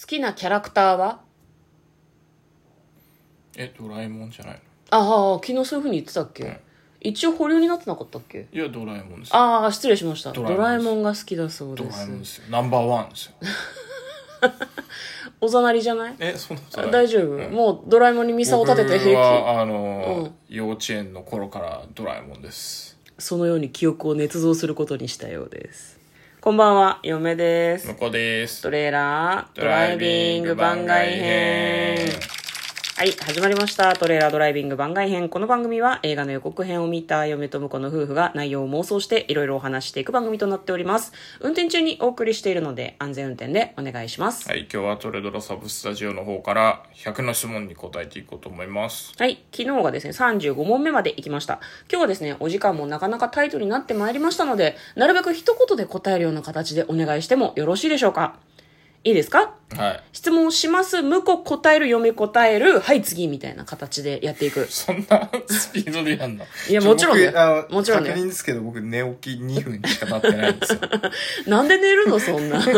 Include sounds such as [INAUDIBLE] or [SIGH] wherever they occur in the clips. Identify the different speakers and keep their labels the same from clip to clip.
Speaker 1: 好きなキャラクターは
Speaker 2: えドラえもんじゃないの
Speaker 1: ああ、昨日そういうふうに言ってたっけ、
Speaker 2: うん
Speaker 1: 一応保留になってなかったっけ
Speaker 2: いやドラえもんですよ
Speaker 1: ああ、失礼しました。ド
Speaker 2: ド
Speaker 1: ラ
Speaker 2: ラえもんです
Speaker 1: えもんが好きだそう
Speaker 2: ド
Speaker 1: で
Speaker 2: ラえ
Speaker 1: す
Speaker 2: もんで。すよナンバーワンですよ
Speaker 1: おざなりじゃない
Speaker 2: えそんなこと
Speaker 1: あ
Speaker 2: ない
Speaker 1: 大丈夫、もうドラえもんにミサを立てて
Speaker 2: 僕
Speaker 1: 平気。
Speaker 2: はあ
Speaker 1: う
Speaker 2: の、
Speaker 1: ん
Speaker 2: 幼稚園の頃からドラえもんです
Speaker 1: そのように記憶を捏造することにしたようです。こんばんは、嫁です
Speaker 2: 向。こうです
Speaker 1: トレーラードライビング番外編。はい、始まりました。トレーラードライビング番外編。この番組は映画の予告編を見た嫁と婿の夫婦が内容を妄想していろいろお話ししていく番組となっております。運転中にお送りしているので安全運転でお願いします。
Speaker 2: はい今日はトレドラサブスタジオの方から100の質問に答えていこうと思います
Speaker 1: はい。昨日がですね、35問目まで行きました。今日はですね、お時間もなかなかタイトになってまいりましたので、なるべく一言で答えるような形でお願いしてもよろしいでしょうかいいですか
Speaker 2: はい
Speaker 1: 質問します、向こう答える、嫁答える、はい、次、みたいな形でやっていく。
Speaker 2: そんなスピードでやんの
Speaker 1: いや、もちろんだ
Speaker 3: 僕あ
Speaker 1: よ。
Speaker 3: の
Speaker 1: もちろんだ
Speaker 3: 確
Speaker 1: よ。
Speaker 3: 認ですけど、僕寝起き2分しか経ってないんです
Speaker 1: [LAUGHS]
Speaker 3: よ。
Speaker 1: なんで寝るの、そんな。ち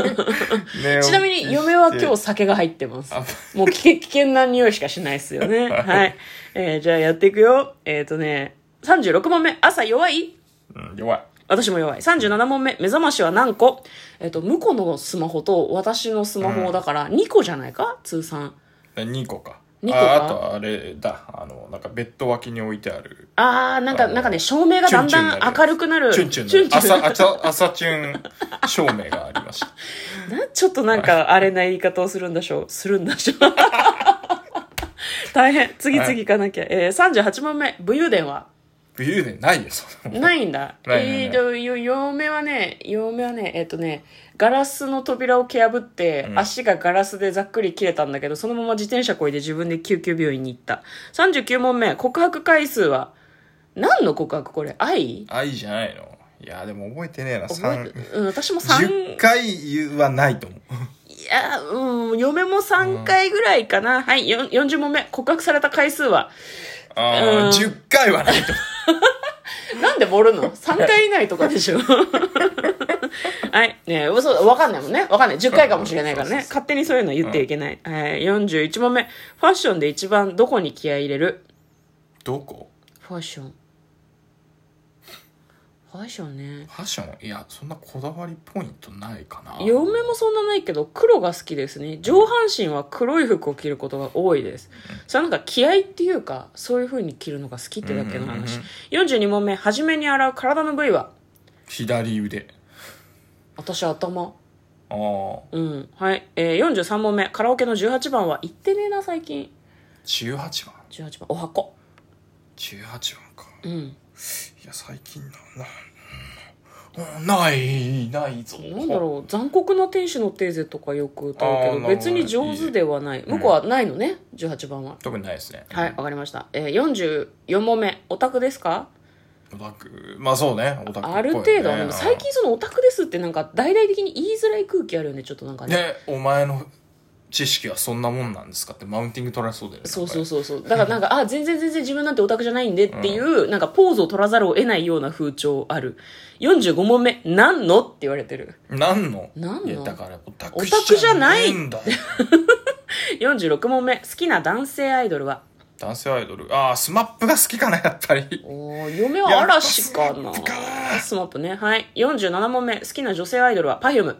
Speaker 1: なみに、嫁は今日酒が入ってます。 [LAUGHS] もう危険危険な匂いしかしないですよ
Speaker 2: [LAUGHS]
Speaker 1: ね。はい。えーじゃあやっていくよ。えっ、とね、36問目、朝弱い
Speaker 2: 日、うん、弱い
Speaker 1: 私も弱い。37問目、目覚ましは何個えっ、と、向こうのスマホと私のスマホだから2個じゃないか通算。
Speaker 2: 2個か
Speaker 1: 二個か
Speaker 2: ああとあれだあのなんかベッド脇に置いてある
Speaker 1: あー、なんか、
Speaker 2: あの
Speaker 1: なんかね、照明がだんだん明るくなる。
Speaker 2: チュンチュンの
Speaker 1: チュン
Speaker 2: 朝朝朝チュン照明がありました
Speaker 1: なちょっとなんか、あれな言い方をするんだしょう。するんだしょう。
Speaker 2: [LAUGHS]
Speaker 1: 大変。次々行かなきゃ。えー、38問目、武勇伝は
Speaker 2: 冬でないよそんなもん
Speaker 1: ないんだ。
Speaker 2: ないないない
Speaker 1: えーと、よ嫁はね、嫁はね、えっ、とね、ガラスの扉を蹴破って、
Speaker 2: ん
Speaker 1: 足がガラスでざっくり切れたんだけど、そのまま自転車こいで自分で救急病院に行った。39問目、告白回数は何の告白これ愛
Speaker 2: 愛じゃないのいやでも覚えてねえな
Speaker 1: 覚え
Speaker 2: 3
Speaker 1: て、うん、私も
Speaker 3: 10、
Speaker 1: 3
Speaker 3: 回はないと思う。
Speaker 1: いや、うん、嫁も3回ぐらいかな。はい、よん40問目、告白された回数は
Speaker 2: ああ10回はないと思
Speaker 1: なんで盛るの ?3 回以内とかでしょはい。ねえ嘘、わかんないもんね。わかんない。10回かもしれないから
Speaker 2: うんそう
Speaker 1: ね
Speaker 2: そ。う
Speaker 1: 勝手にそういうの言っていけない。はい。41問目。ファッションで一番どこに気合い入れる
Speaker 2: うどこ
Speaker 1: ファッション。ファッションね。
Speaker 2: ファッションいやそんなこだわりポイントないかな
Speaker 1: 嫁もそんなないけど、黒が好きですね。上半身は黒い服を着ることが多いです。それはなんか気合っていうか、そういう風に着るのが好きってだけの
Speaker 2: うんうんうん
Speaker 1: 話。42問目。初めに洗う体の部位は
Speaker 2: 左腕
Speaker 1: 私頭。
Speaker 2: ああ
Speaker 1: うん。はい。えー、43問目。カラオケの18番は行ってねえな、最近。
Speaker 2: 18番
Speaker 1: 18番。お箱。
Speaker 2: 18番か
Speaker 1: うん。
Speaker 2: いや最近なななないないぞ
Speaker 1: なんだろう。残酷な天使のテーゼとかよく歌う
Speaker 2: あーな
Speaker 1: け
Speaker 2: る
Speaker 1: ど、
Speaker 2: ほど
Speaker 1: 別に上手ではない。
Speaker 2: ん
Speaker 1: 向こうはないのね、18番は。
Speaker 2: 特にないですね
Speaker 1: はい、わかりました。えー、44問目。オタクですか
Speaker 2: オタクまあそうねオタクっぽいね
Speaker 1: ある程度。でも最近そのオタクですってなんか大々的に言いづらい空気あるよね、ちょっとなんかね。
Speaker 2: ねお前の知識はそんなもんなんですかってマウンティング取られそうだよね
Speaker 1: そうそう
Speaker 2: う
Speaker 1: そうそう。だからなんか、あ、全然全然自分なんてオタクじゃないんでっていう、なんかポーズを取らざるを得ないような風潮ある。45問目、なんのって言われてる。
Speaker 2: 何の
Speaker 1: 何の
Speaker 2: いやだからオタ
Speaker 1: オ
Speaker 2: ク
Speaker 1: タクじゃない
Speaker 2: じゃねえんだよ
Speaker 1: 46問目好きな男性アイドルは
Speaker 2: 男性アイドルああスマップが好きかなやっぱり
Speaker 1: おー嫁は嵐か
Speaker 2: や
Speaker 1: な
Speaker 2: っぱ SMAP
Speaker 1: スマップねはい47問目好きな女性アイドルは Perfume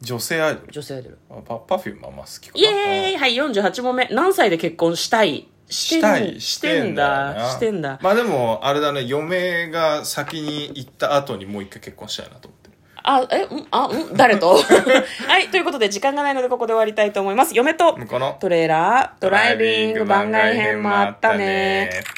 Speaker 2: 女性アイドル
Speaker 1: 女性アイドル
Speaker 2: あパパフュームはまあ好きかな
Speaker 1: イエーイはい48問目何歳で結婚したいし
Speaker 2: したい
Speaker 1: してんだしてんだ
Speaker 2: まあでもあれだね嫁が先に行った後にもう一回結婚したいなと思ってる
Speaker 1: あえんあん誰 [LAUGHS] とはいということで時間がないのでここで終わりたいと思います嫁と
Speaker 2: 向こうの
Speaker 1: トレーラードライビング番外編もあったね
Speaker 2: ー